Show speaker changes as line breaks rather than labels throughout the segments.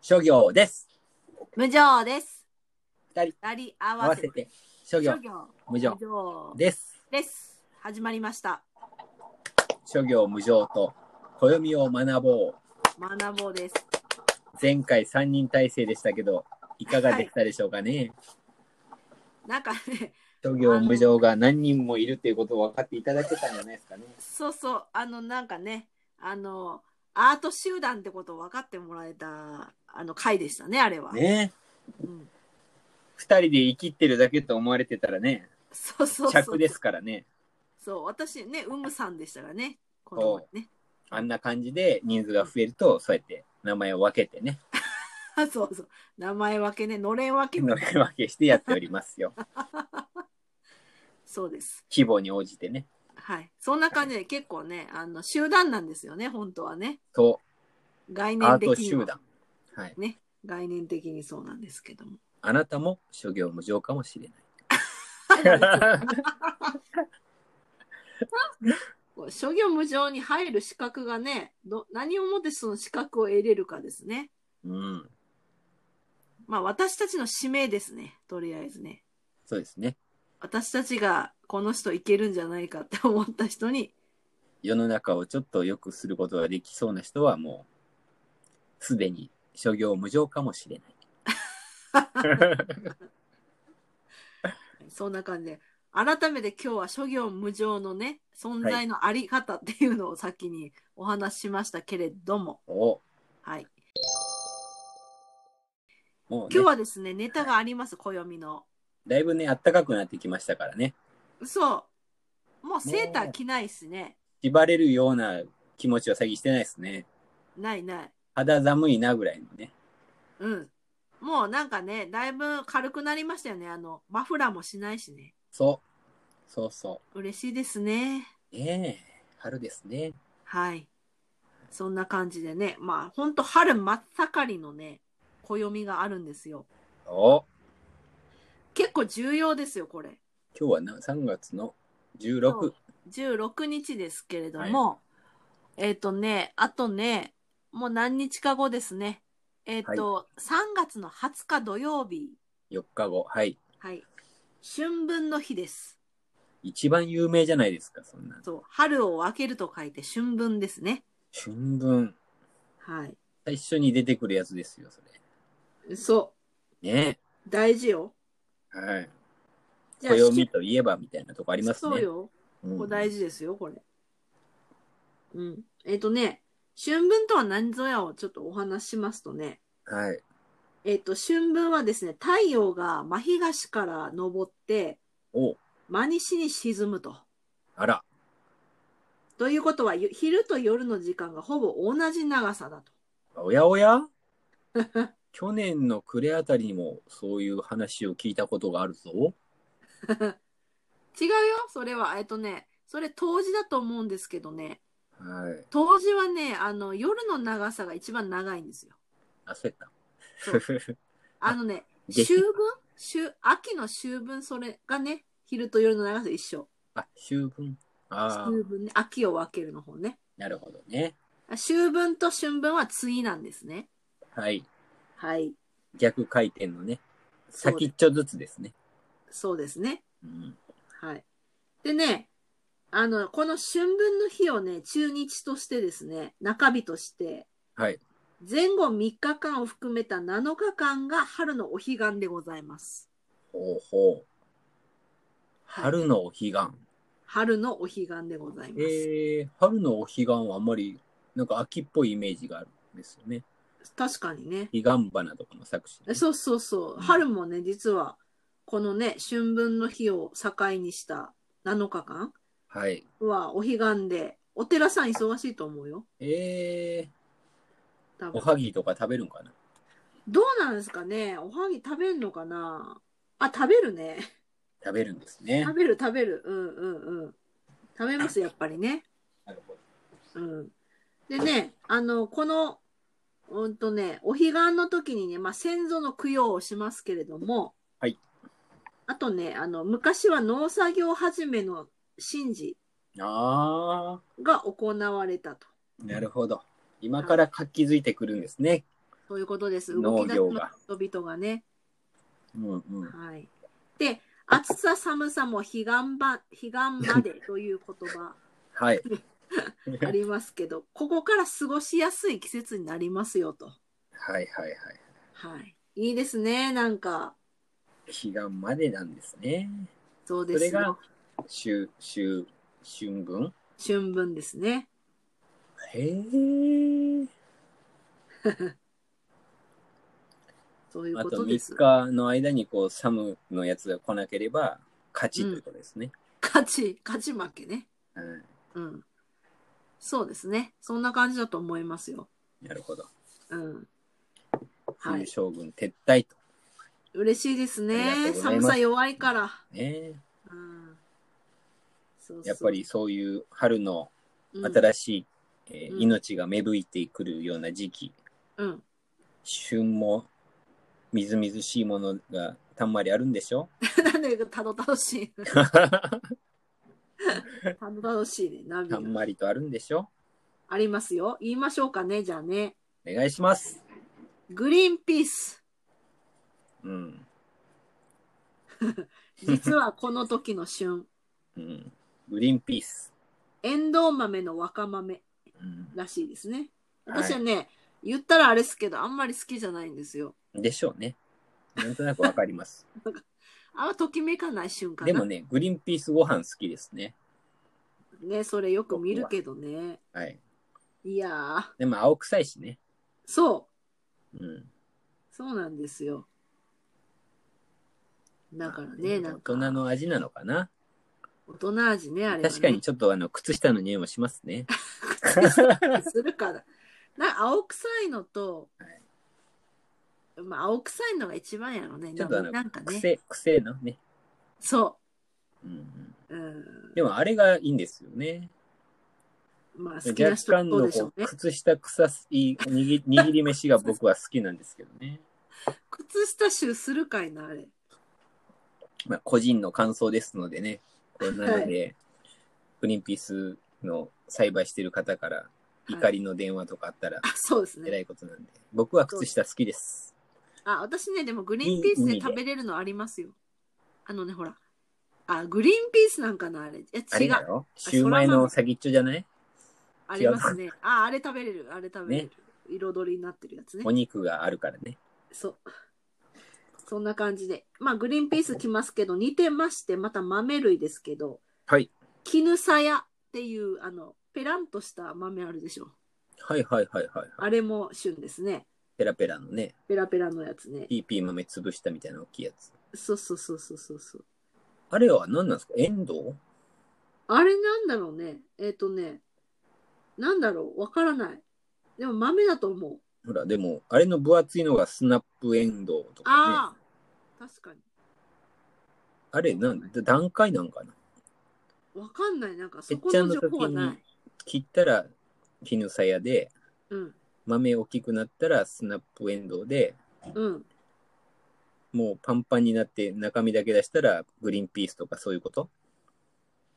諸行です。
無常です。
二人
二人合
合わ
わ
せ
せて。
て、諸行
諸行
無常
常
です。
です。始まりました。
諸行無常と暦を学ぼう。
学ぼうです。
前回3人体制でしたけど、いかがでしたでしょうかね。
なんかね、
諸行無常が何人もいるっていうことを分かっていただけたんじゃないですかね。
そうそう、あの、なんかね、あの、アート集団ってことを分かってもらえた、あの、回でしたね、あれは。
ね
うん、
二人で生きってるだけと思われてたらね、
そうそうそ
着
う。
ですからね。
そう、私ね、うむさんでしたからね、このね。
あんな感じで人数が増えると、そうやって名前を分けてね、
あそうそう。名前分けね、のれん分けみ
の
たい
れん分けしてやっておりますよ。
そうです。
規模に応じてね。
はい。そんな感じで結構ね、あの、集団なんですよね、本当はね。
と、
概
ア
念
ート
的には。
集団。はい。
概念的にそうなんですけども。
あなたも諸行無常かもしれ
こ
ない。
う諸行無常に入る資格がねど、何をもってその資格を得れるかですね。
うん。
まあ私たちの使命ですね、とりあえずね。
そうですね。
私たちがこの人いけるんじゃないかって思った人に、
世の中をちょっと良くすることができそうな人はもう、すでに諸行無常かもしれない。
そんな感じで、改めて今日は諸行無常のね、存在のあり方っていうのを先にお話ししましたけれども、
お
はい。
もう、
今日
ね、
はですね、ネタがあります、暦の。
だいぶね、暖かくなってきましたからね。
そう。もうセーター着ないしね。
縛れるような気持ちは最近してないですね。
ないない。
肌寒いなぐらいのね。
うん。もうなんかね、だいぶ軽くなりましたよね。あの、マフラーもしないしね。
そう。そうそ
嬉しいですね。
う。ねえ、春ですね。
はい。そんな感じでね、まあ、ほんと春真っ盛りのね、暦があるんですよ。
お
結構重要ですよ、これ。
今日はな3月の16。
16日ですけれども、えっ、とね、あとね、もう何日か後ですね。えっ、と、3月の20日土曜日、
4日後。はい。
はい。春分の日です。
一番有名じゃないですか、そんな。
そう、春を分けると書いて春分ですね。
春分。
はい。
最初に出てくるやつですよ、そ
そ
れ。ね
う、大事よ。
え。はい。
じゃあ、
暦といえばみたいなとこありますね。
そうよ。
うん。
これ大事ですよ、これ。うん。えっ、とね、春分とは何ぞやをちょっとお話ししますとね、
はい。
えっ、と、春分はですね、太陽が真東から昇って、
お
真西に沈むと。
あら。
ということは、ゆ昼と夜の時間がほぼ同じ長さだと。
おやおや 去年の暮れあたりにもそういう話を聞いたことがあるぞ。
違うよ、それは。えっ、とね、それ冬至だと思うんですけどね、
はい。
冬至はね、あの、夜の長さが一番長いんですよ。
焦った。
そうあのね、
ぜひ
秋分秋秋の秋分、それがね、昼と夜の長さ一緒。
あ、秋分。ああ、
秋分ね、秋を分けるの方ね。
なるほどね。
秋分と春分は対なんですね。
はい。
はい。
逆回転のね、
そう
先っ
で
ちょずつですね。
そうですね。
うん。
はい。でね、あの、この春分の日をね、中日としてですね、中日として、
はい。
前後3日間を含めた7日間が春のお彼岸でございます。
ほうほう。
はい
春のお彼岸。
春のお彼岸でございます。
えー、春のお彼岸はあんまり、なんか秋っぽいイメージがあるんですよね。
確かにね。
彼岸花とかの作詞、ね。
そうそうそうう。
ん
春もね、実は、このね、春分の日を境にした7日間
はい。
は、お彼岸で、お寺さん忙しいと思うよ。
えー、
多
お
分。
はぎとか食べるんかな
どうなんですかねおはぎ食べんのかなあ、食べるね。
食べるんですね
食。べる食べる。うんうんうん。食べます、やっぱりね。
なるほど。
うん。でね、あの、この、うんとね、お彼岸の時にね、まあ、先祖の供養をしますけれども、
はい。
あとね、あの、昔は農作業始めの神事
あ
が行われたと。
ー、なるほど。今から活気づいてくるんですね。
ということです。動
農
き出し
業
の
が。
人々がね。
うんうん。
はい。で、暑さ寒さも彼岸ば、彼岸 までという言葉
はい。
ありますけど、ここから過ごしやすい季節になりますよと。
はいはいはい。
はい。いいですね、なんか。
彼岸までなんですね。
そう
そ
で
れ
す
が
よ。、
秋、秋、春分
春分ですね。
へえ。
そういう
あ
こととです
3。日の間にこう、サムのやつが来なければ、勝ちということですね。
勝ち、勝ち負けね。
うん
うん。そうですね。そんな感じだと思いますよ。
なるほど。
うん。は
冬
い。
将軍撤退と。
嬉しいです
ありがとうござ
ね。
い
寒
ます
さ弱いから。
ね
うん。そうそう
やっぱり、そういう春の新しい、えー
うん
命が芽吹いてくるような時期、
うん、うん。
旬もみずみずしいものがたんまりあるんで しょ
なんでたどたどしい。 たどたどしいね。ナビ
たん
が。
まりとあるんでしょ
ありますよ。言いましょうかね、じゃあね。
お願いします。
グリーンピース。
うん。
実はこの時の旬。
うん。グリーンピース。
エンドウ豆の若豆
うん、
らしいですね。
はい
私はね、言ったらあれですけど、あんまり好きじゃないんですよ。
でしょうね。なんとなくわかります。
あんまときめか ない瞬間
でもね、グリーンピースご飯好きですね。
ね、それよく見るけどね。
はい。
いやー、
でも青臭いしね。
そ
う
う。
ん。
そうなんですよ。だから
う
ね、
ん
なんか
大人の味なのかな。
大人味ね、あれ、ね。
確かに。ちょっとあの、靴下の匂いもしますね。
するから。な青臭いのと、まあ、青臭いのが一番やろね。
ちょっとあの
なんかね。
癖、癖のね。
そ
うんうん、
う。うん。
でもあれがいいんですよね。
まあ、好きな
若
人は
干
そう
の
でしょ
こう
うね。
靴下臭い握 り握り飯が僕は好きなんですけどね。
靴下臭するかいな、あれ。
まあ、個人の感想ですのでね。これなので、グリーンピースの栽培してる方から怒りの電話とかあったら
あ、そうです
えら
ね。
いことなんで。僕は靴下好きです。
あ、私ね、でもグリーンピース
いい
ね、
ね
食べれるのありますよ。あのね、ほら。あ、グリーンピースなんかな、あれ。いや、
あ
違
れだ
う。
よ。シューマイの先っちょじゃない
ありますね。あ、あれ食べれる。あれ食べれる。彩りになってるやつね
お。肉があるからね。
そう。そんな感じで。まあ、グリーンピース来ますけど、似てまして、また豆類ですけど、
はい。
絹さやっていう、あの、ペランとした豆あるでしょ。
はいはいはいはい。
あれも旬ですね。
ペラペラのね、
ペラペラのやつね。
ピーピー豆潰したみたいな大きいやつ。
そうそうそうそうそうそう。
あれは何なんですかエンドウ
あれなんだろうね。えっ、とね、なんだろう。わからない。でも豆だと思う。
ほら、でも、あれの分厚いのがスナップエンドウとかね。
ああ、確かに。
あれなん、段階なんかな
わかんない。なんかそ
えっ
こ
ちゃん
の
の
情報はな
時
い。
切ったら絹さやで、
うん。
豆大きくなったらスナップエンドウで、
うん。
もうパンパンになって中身だけ出したらグリーンピースとかそういうこと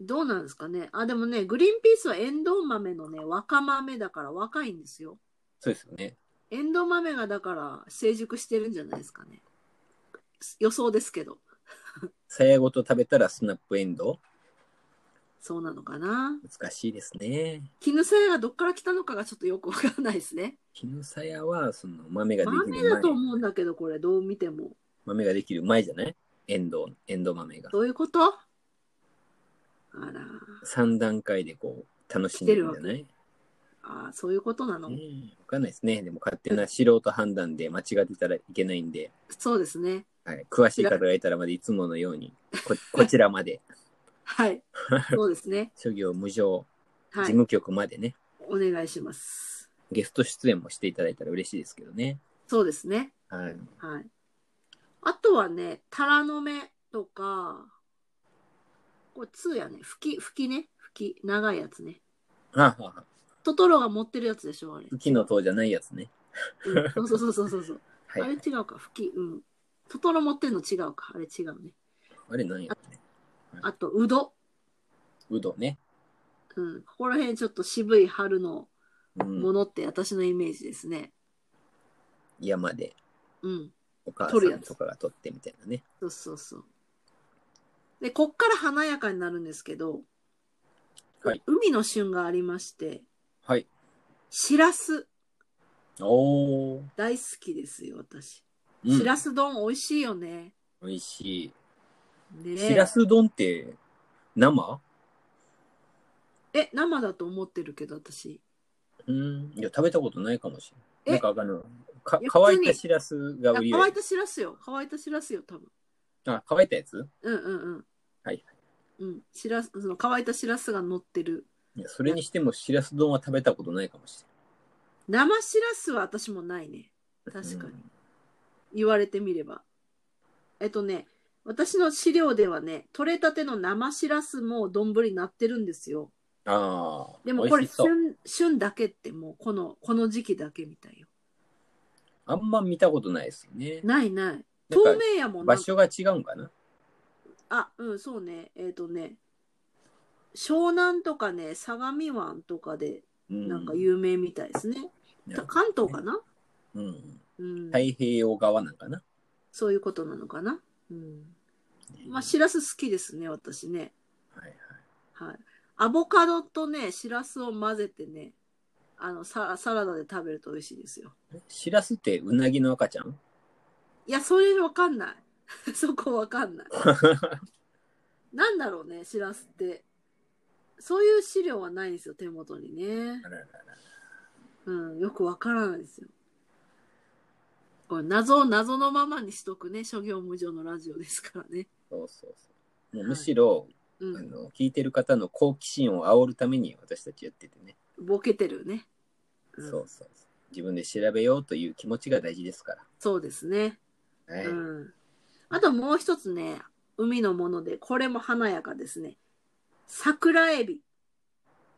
どうなんですかね。あ、でもね、グリーンピースはエンドウ豆のね、若豆だから若いんですよ。
そうですよね。
エンドウ豆がだから成熟してるんじゃないですかね。予想ですけど、
さやごと食べたらスナップエンド
そうなのかな。
ウ難しいですね。
絹さやがどっから来たのかがちょっとよくわからないですね。
絹さやは、その豆ができ
豆
る
だと
前。
思うんだけど、これどう見ても。
豆ができる前じゃないエンドウ、エンドウ豆が。
どういうことあら、
3段階でこう、楽しんでるんじゃない
あーそういうことなの。
ねわかんないですね。でも勝手な素人判断で間違ってたらいけないんで、
そうですね。
はい、詳しい方がいたらまでいつものように、こ こちらまで、
はい。そうですね。
諸行無常、事
はい。
務局までね、
お願いします。
ゲスト出演もしていただいたら嬉しいですけどね。
そうですね。
はい。
はい。あとはね、タラの芽とか、これ通やね、吹き、吹きね、吹き、長いやつね。
ああ、
トトロが持ってるやつでしょ、あれ。
木の塔じゃないやつね。
うん、そうそうそうそうそう。
はい。
あ
あ
れ
れ
違うか、吹き、うん。トトロ持ってるの違うか、あれ違うね。
何やね。
あと、うど。
うどね。
うん、ここら辺ちょっと渋い春の
うん。
ものって私のイメージですね。
山で
うん。
お母さ
取るや
ん
つ
とかが取ってみたいなね。
そうそうそう。で、こっから華やかになるんですけど、
はい
海の旬がありまして、
はい。
しらす
おー。
大好きですよ、私。
うん
しらす丼美味しいよね。
美味しい。
ね
しらす丼って生
え、生だと思ってるけど、私。
うん。いや、食べたことないかもし
え
れない。なんかあの、か
いや
乾い
普通
た
に
しらす
い
が
や
売り
乾いたしらすよ。乾いたしらすよ、多分。
あ、乾いたやつ
うんうんうん。
はい。
うん。しらす、その乾いたしらすが乗ってる。
いや、それにしてもしらす丼は食べたことないかもし
生しらすは私もないね。
れない。
確かに。
うん
言われてみれば。えっとね、私の資料ではね、取れたての生しらすも丼になってるんですよ。
ああ。
でもこ
美
れ
味しそう
旬、旬だけってもうこの、この時期だけみたいよ。
あんま見たことないですよね。
ない
な
ない。
ん
透
か
明やもんな
場。所が違うんかな
あ、うん、そうね。えっ、とね、湘南とかね、相模湾とかで
うん
なんか有名みたいですね。
なるほ
関東かな、
どうん。
うん、
太平洋側なんかな
そういうことなのかな。うん。まあ、しらす好きですね、私ね。
はいはい。
はい。アボカドとね、しらすを混ぜてね、あの、ササラダで食べると美味しいですよ。
しらすってうなぎの赤ちゃん
いや、それわかんない。 そこわかんない。なんだろうね、しらすって。そういう資料はないんですよ、手元にね
あ。ららら
うん、よくわからないですよ。これ、謎を謎のままにしとくね、諸行無常のラジオですからね。
そうそうそう。もうむしろ、
う
あ
ん、
の聞いてる方の好奇心を煽るために私たちやっててね、
ボケてるね。うん
そうそうそう自分で調べようという気持ちが大事ですか
そうですね。
ら、はい
うんあともう一つね、海のもので、これも華やかですね。桜エビ。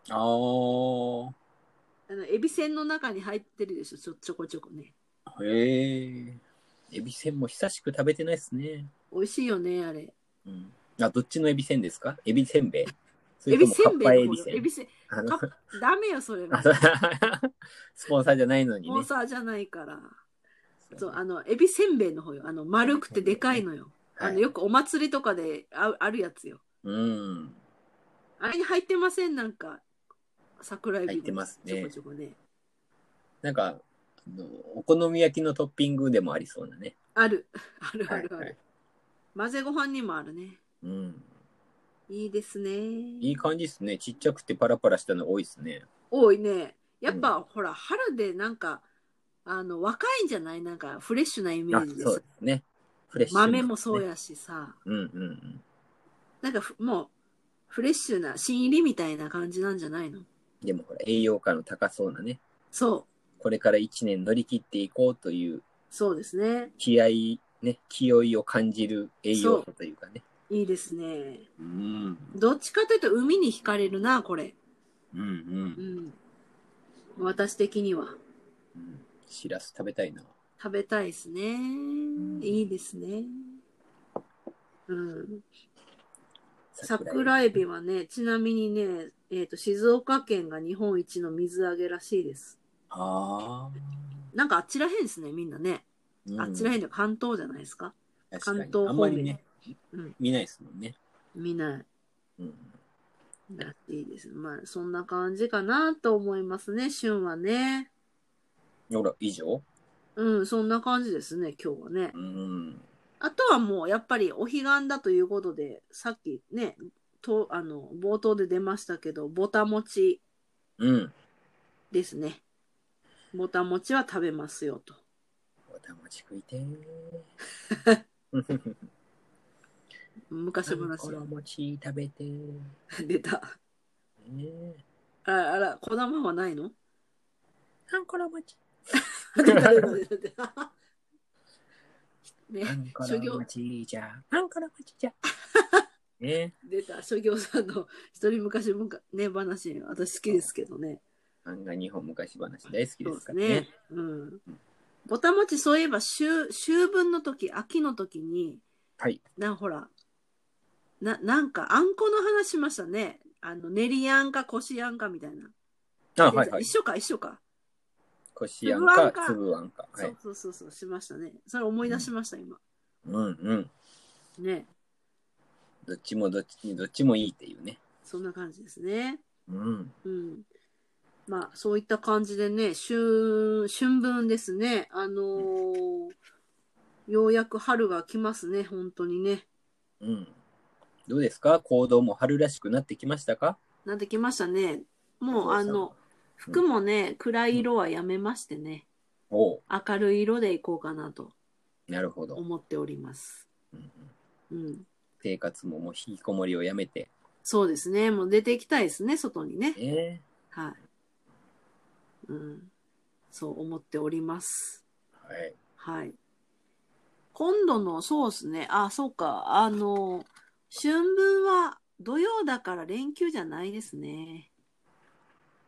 あー
あの、エビ船の中に入ってるでしょ、ちょちょこちょこね。
へえエビせんも久しく食べてないですね、
美味しいよね、あれ。
うん、あどっちのエビせんですかエビせんべいそ
エ
れと
ビ
も
せ
カ
ん
ッ
べ
パエ
いの
ビ
方
せ
よエ
ん
ビせん。
あ
カ
の
ッダメよ、それは。
あそうスポンサーじゃないのに
モ
ね
ンサーじゃないから。
そ
そうう、あの、エビせんべいの方よ。あの、丸くてでかいのよ。
は
あ
い
の、よくお祭りとかでああるやつよ。
うん
あれに入ってません、なんか。桜エビも
入ってますね
ちょこちょこね。
なんかあのお好み焼きのトッピングでもありそうなね
ある。 あるあるある。
はいはい
混ぜご飯にもあるね。
うん
いいですね。
いい感じですね。ちっちゃくてパラパラしたの多いですね。
多いね。やっぱ、
うん
ほら、春でなんか、あの、若いんじゃないなんか、フレッシュなイメ
あ
ージで
そう
す
で。すね。フレッシュ、
豆もそう。やしさ、
うんうんうん。
なんかふもう、フレッシュな、新入りみたいな感じなんじゃないの
でもほら、栄養価の高そうなね。
そう、
これから一年乗り切っていこうという
そうですね。
気合い、ね、気負いを感じる栄養価というかね。
いいですね。
うん。
どっちかというと、海に惹かれるな、これ。
うんう。
うんん。私的には。
うんしらす食べたいな。
食べたいですね。いいですね。うん。桜エビはね、ちなみにね、えっ、と、静岡県が日本一の水揚げらしいです。
ああ。
なんかあっちらへんですね、みんなね。
うん
あっちらへんで関東じゃないですか。
確かに
関
あ
東方面
んまりね、
うん
見ないですもんね。
見ない。
うん。
らしいです。まあ、そんな感じかなと思いますね、旬はね。
ほら、以上
うん、そんな感じですね、今日はね
う。ん。
あとはもう、やっぱりお彼岸だということで、さっきね、と、あの、冒頭で出ましたけど、ぼたもち
うん。
ですね。ぼたもちは食べますよと。
おたまち食いてー。
昔話
この餅食べて、ね
が出た。あら、あら、こだまはないの
あんころ餅。
出た出た出た出た
あ
ね、
んこ
諸
ろ
行
餅じゃ。あんころ餅じゃ。 ね
出た。諸行さんの一人昔むか、ね、話、私好きですけどね。
漫画日本昔話大好き
そう
で
です
か
す
らね
ね。。うん。ぼたもち、そういえば、秋、秋分の時、秋の時に、
はい。
な、ほら、な、なんか、あんこの話しましたね。あの、練りあんか、こしあんかみたいな。
あ、はいはい。
一緒か、一緒か。
こしあんか
つぶあんか、
つぶあんか。は
そ。
いう
そうそうそう、しましたね。それ思い出しました、今。
うんうん。
ね。
どっちもどっち、どっちもいいっていうね。
そんな感じですね。
うん。
うん。まあ、そういった感じでね、春、春分ですね。あのーようやく春が来ますね、本当にね。
うん。どうですか行動も春らしくなってきましたか
なってきましたね。も
お
う、
父さ
あ
ん
の、服もね、暗い色はやめましてね、
おう
明るい色でいこうかなと
なるほど、
思っております。
うんうん
うん。
生活ももう引きこもりをやめて。
そうですね。もう出ていきたいですね、外にね。
え
はい。うん。そう思っております。
はい。
はい。今度の、そうですね。あ、そうか。あの、春分は土曜だから連休じゃないですね。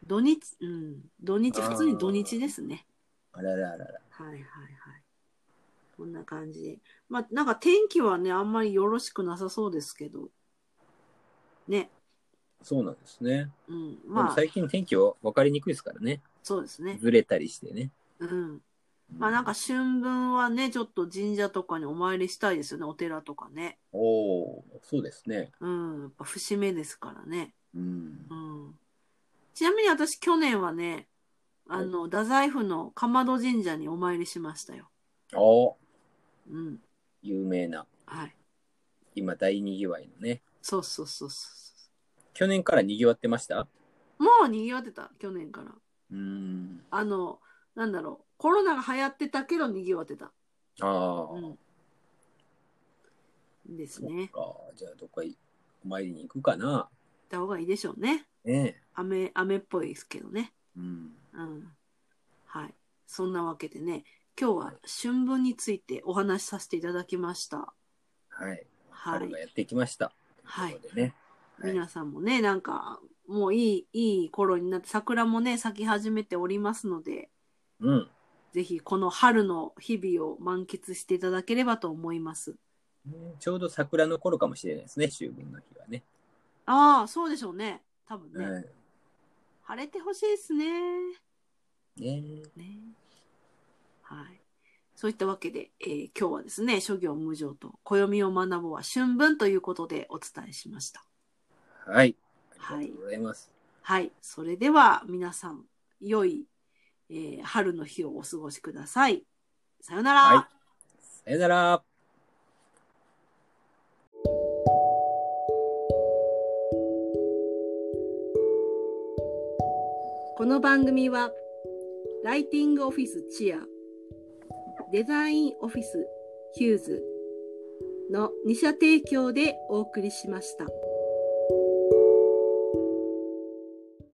土日、うん。土日、
あー
普通に土日ですね。
あらららら。
はいはいはい。こんな感じで。まあ、なんか天気はね、あんまりよろしくなさそうですけど。ね。
そうなんですね。
うん。
で
ま
も
あ、
最近天気は分かりにくいですからね。
そうですね。
ずれたりしてね。
うん。まあなんか春分はね、ちょっと神社とかにお参りしたいですよね。お寺とかね。
おお、そうですね。
うん、やっぱ節目ですからね。
うん
う。ん。ちなみに私去年はね、あの、太宰府の竈門神社にお参りしましたよ。
おー
うん。
有名な、
はい。
今大にぎわいのね。
そうそうそうそ
去年からにぎわってました
う。もう賑わってた、去年から。
うん。
あの、なんだろう。コロナが流行ってたけど賑わってた。
ああ、
うん。です
そっ
ね。行っ
か。じゃあ、どっかいお参りに行くかな。
た方がいいでしょうね。
ねえ。
雨、雨っぽいですけどね。
うん。
うん。はい。そんなわけでね、今日は春分についてお話しさせていただきました。
はい。
は
春
い
が。やってきました。
はい
ということでね。はい
皆さんもね、なんか、もういい、いい頃になって、桜もね、咲き始めておりますので、
うん。
ぜひこの春の日々を満喫していただければと思います。
ちょうど桜の頃かもしれないですね、秋分の日はね。
ああ、そうでしょうね。多分ね。
うん
晴れてほしいですね。
ね
ね。はい。そういったわけで、えー今日はですね、諸行無常と暦を学ぼうは春分ということでお伝えしました。
はい。あ
はい
りがとうございます。
はい。それでは皆さん、良い、えー春の日をお過ごしください。さよなら。
はいさよなら。
この番組はライティングオフィスチアデザインオフィスヒューズの2社提供でお送りしました。